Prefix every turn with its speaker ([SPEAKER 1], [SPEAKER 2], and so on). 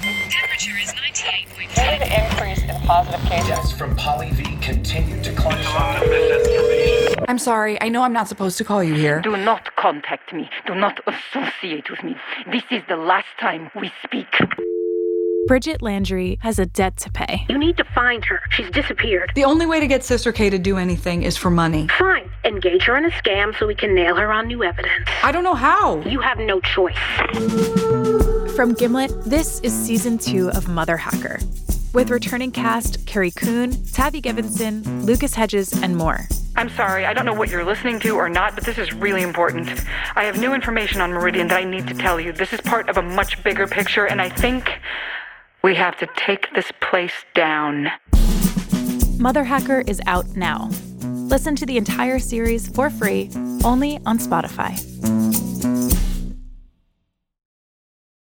[SPEAKER 1] Temperature is 98.3.
[SPEAKER 2] Did an increase in positive cases.
[SPEAKER 3] Deaths from poly V continue to climb.
[SPEAKER 4] I'm sorry. I know I'm not supposed to call you here.
[SPEAKER 5] Do not contact me. Do not associate with me. This is the last time we speak.
[SPEAKER 6] Bridget Landry has a debt to pay.
[SPEAKER 7] You need to find her. She's disappeared.
[SPEAKER 8] The only way to get Sister K to do anything is for money.
[SPEAKER 7] Fine. Engage her in a scam so we can nail her on new evidence.
[SPEAKER 8] I don't know how.
[SPEAKER 7] You have no choice.
[SPEAKER 6] From Gimlet, this is season two of Mother Hacker, with returning cast Carrie Coon, Tavi Gevinson, Lucas Hedges, and more.
[SPEAKER 9] I'm sorry, I don't know what you're listening to or not, but this is really important. I have new information on Meridian that I need to tell you. This is part of a much bigger picture, and I think we have to take this place down.
[SPEAKER 6] Mother Hacker is out now. Listen to the entire series for free only on Spotify.